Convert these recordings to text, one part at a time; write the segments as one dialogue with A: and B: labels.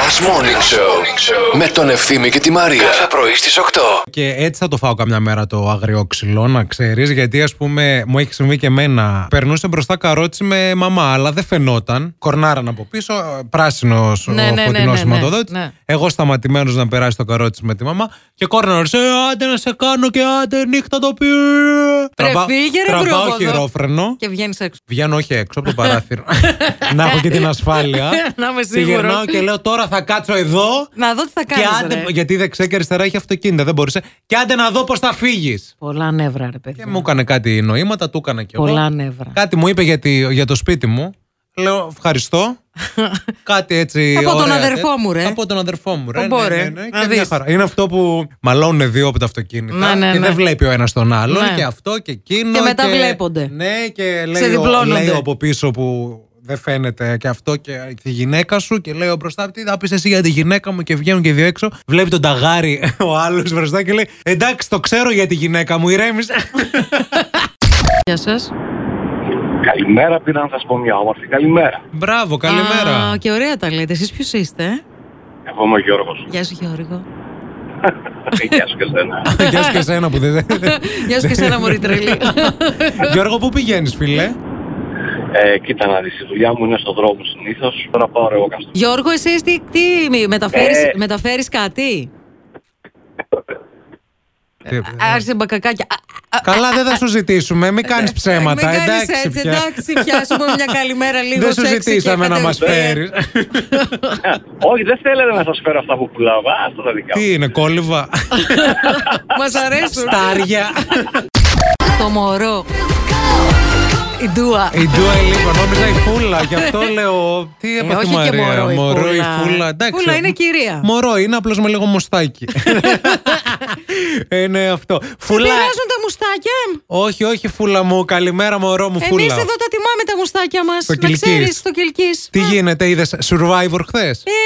A: Last Morning Show με τον Ευθύμη και τη Μαρία. Κάθε πρωί στις 8.
B: Και έτσι θα το φάω καμιά μέρα το αγριό ξυλό, να ξέρεις. Γιατί, ας πούμε, μου έχει συμβεί και εμένα. Περνούσε μπροστά καρότσι με μαμά, αλλά δεν φαινόταν. Κορνάραν από πίσω, πράσινος
C: Ναι,
B: ο
C: ναι,
B: φωτεινός
C: ναι, ναι,
B: σηματοδότης.
C: ναι, ναι.
B: Εγώ σταματημένος να περάσει το καρότσι με τη μαμά. Και κόρναρ, σε άντε να σε κάνω και άντε νύχτα το πει.
C: φύγε, ρε,
B: τραβάω
C: μπρόβοδο.
B: χειρόφρενο.
C: Και βγαίνεις έξω.
B: Βγαίνω όχι έξω από το παράθυρο. να έχω και την ασφάλεια.
C: Να είμαι
B: Και
C: σίγουρος.
B: γυρνάω και λέω τώρα θα κάτσω εδώ.
C: Να δω τι θα
B: Και
C: κάνεις,
B: άντε,
C: ρε.
B: γιατί δεξιά και αριστερά έχει αυτοκίνητα, δεν μπορούσε. Και άντε να δω πώς θα φύγεις.
C: Πολλά νεύρα, ρε
B: Και
C: παιδί.
B: Ε, μου έκανε κάτι νοήματα, του έκανα και εγώ.
C: Πολλά νεύρα.
B: Κάτι μου είπε για, τη- για το σπίτι μου. Λέω ευχαριστώ. κάτι έτσι.
C: Από τον
B: ωραία,
C: αδερφό μου, ρε.
B: Από τον αδερφό μου, ρε.
C: Τον
B: Ναι,
C: πω, ρε.
B: ναι, ναι,
C: Να
B: και
C: δεις.
B: μια χαρά. Είναι αυτό που μαλώνουν δύο από τα αυτοκίνητα
C: Ναι, ναι,
B: και
C: ναι.
B: δεν βλέπει ο ένας τον άλλον.
C: Ναι.
B: Και αυτό και εκείνο.
C: Και μετά βλέπονται.
B: Ναι, και
C: Σε
B: λέει, ο,
C: διπλώνονται.
B: λέει ο από πίσω που δεν φαίνεται και αυτό και τη γυναίκα σου και λέει ο μπροστά τι θα πεις εσύ για τη γυναίκα μου και βγαίνουν και οι δύο έξω βλέπει τον ταγάρι ο άλλος μπροστά και λέει εντάξει το ξέρω για τη γυναίκα μου ηρέμησε
C: Γεια σας.
D: Καλημέρα, πήρα να σας πω μια όμορφη καλημέρα.
B: Μπράβο, καλημέρα.
C: Και ωραία τα λέτε. Εσείς ποιος είστε, ε?
D: Εγώ είμαι ο Γιώργος.
C: Γεια σου, Γιώργο.
D: Γεια σου και σένα.
B: Γεια σου και εσένα που δεν.
C: Γεια σου και εσένα, Μωρή Τρελή.
B: Γιώργο, πού πηγαίνεις, φίλε.
D: Ε, κοίτα να δεις, η δουλειά μου είναι στον δρόμο συνήθως. Τώρα πάω ρε εγώ καστό.
C: Γιώργο, εσύ τι, τι μη- μεταφέρεις,
D: Ε.
C: μεταφέρεις κάτι.
B: Τι-
C: Άρχισε μπακακάκια. Ε, Α, α,
B: Καλά, δεν θα σου ζητήσουμε. Μην κάνει ψέματα.
C: μην κάνεις
B: Εντάξει,
C: έτσι,
B: πια.
C: εντάξει, πιάσουμε μια καλημέρα λίγο
B: Δεν σου
C: σεξι και
B: ζητήσαμε να μα
C: κατευθείαν.
B: φέρει.
D: Όχι, δεν θέλετε να σας φέρω αυτά που πουλάω. Άστα τα δικά μου.
B: Τι είναι, κόλληβα.
C: Μας αρέσουν.
B: Στάρια.
C: Το μωρό. Η Ντούα.
B: Η Ντούα Ελίπα, νόμιζα η Φούλα. Γι' αυτό λέω. Τι έπαθε
C: Ε, όχι
B: η
C: και
B: Μαρία.
C: μωρό η
B: η
C: Φούλα.
B: Φούλα. Εντάξει,
C: Φούλα είναι κυρία.
B: Μωρό είναι, απλώς με λίγο μουστάκι. Είναι αυτό. Φούλα.
C: Πειράζουν τα μουστάκια.
B: Όχι, όχι, Φούλα μου. Καλημέρα, μωρό μου, Φούλα.
C: Εμείς εδώ τα τιμάμε τα μουστάκια μας.
B: Στο
C: Να
B: Κιλκής.
C: ξέρεις, το κυλκή.
B: Τι γίνεται, είδες survivor χθες.
C: Ε,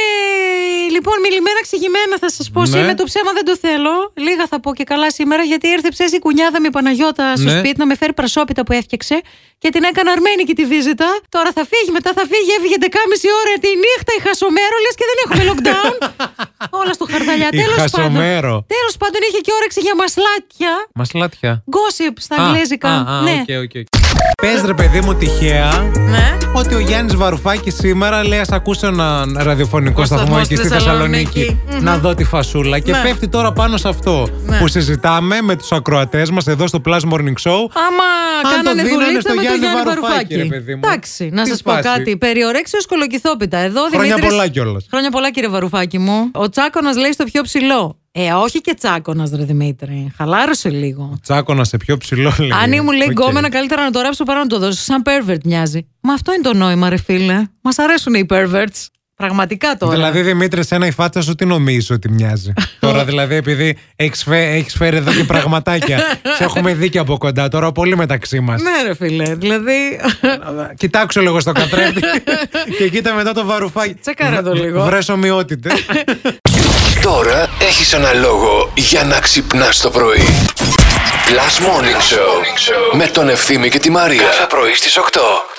C: λοιπόν, μιλημένα ξηγημένα θα σας πω
B: Ναι.
C: σήμερα. Το ψέμα δεν το θέλω. Λίγα θα πω και καλά σήμερα, γιατί ήρθε ψέση η κουνιάδα με η Παναγιώτα στο
B: Ναι.
C: σπίτι να με φέρει πρασόπιτα που έφτιαξε και την έκανα αρμένη και τη βίζητα. Τώρα θα φύγει, μετά θα φύγει, έφυγε 11.30 ώρα τη νύχτα η χασομέρο, λες και δεν έχουμε lockdown. Όλα στο χαρδαλιά.
B: Η
C: Τέλος πάντων.
B: Χασομέρο.
C: Τέλος πάντων, είχε και όρεξη για μασλάκια.
B: Μασλάτια.
C: Gossip στα αγγλέζικα. ναι.
B: Πες ρε παιδί μου τυχαία
C: ναι.
B: ότι ο Γιάννης Βαρουφάκης σήμερα λέει ας ακούσω έναν ραδιοφωνικό
C: Ο
B: σταθμό
C: σταθμός
B: εκεί
C: στη
B: στη
C: Θεσσαλονίκη.
B: Θεσσαλονίκη να δω τη φασούλα και
C: Ναι.
B: πέφτει τώρα πάνω σε αυτό
C: Ναι.
B: που συζητάμε με τους ακροατές μας εδώ στο Plus Morning Show
C: Άμα
B: Αν το
C: κάνανε
B: δίνανε
C: δουλίτσα
B: στο
C: με τον
B: Γιάννη
C: Γιάννη
B: Βαρουφάκη,
C: Βαρουφάκη.
B: ρε παιδί μου.
C: Εντάξει, να
B: Τι
C: σας πω
B: φάση.
C: κάτι. Περιορέξιο κολοκυθόπιτα. Εδώ
B: Χρόνια
C: Δημήτρης-
B: πολλά κιόλας.
C: Χρόνια πολλά, κύριε Βαρουφάκη μου. Ο Τσάκονα λέει στο πιο ψηλό. Ε, όχι και Τσάκονα, ρε Δημήτρη. Χαλάρωσε λίγο.
B: Τσάκωνας σε πιο ψηλό λέει
C: Αν ήμουν λέει
B: Οκ.
C: γκόμενα, καλύτερα να το ράψω παρά να το δώσω. Σαν pervert μοιάζει. Μα αυτό είναι το νόημα, ρε φίλε. Μας αρέσουν οι perverts. Πραγματικά τώρα.
B: Δηλαδή, Δημήτρη, σένα η φάτσα σου τι νομίζεις ότι μοιάζει. τώρα, δηλαδή, επειδή έχεις φέρει εδώ και πραγματάκια. σε έχουμε δει και από κοντά τώρα, πολύ μεταξύ μας.
C: Ναι, ρε φίλε. Δηλαδή.
B: Κοιτάξω λίγο στο καθρέφτη και κοίτα μετά το βαρουφάκι.
C: Τσέκαρε το
B: Β-
C: λίγο.
B: Βρες ομοιότητες.
A: Τώρα έχεις ένα λόγο για να ξυπνάς το πρωί. Last Morning Show με τον Ευθύμη και τη Μαρία. Κάθε πρωί στις 8.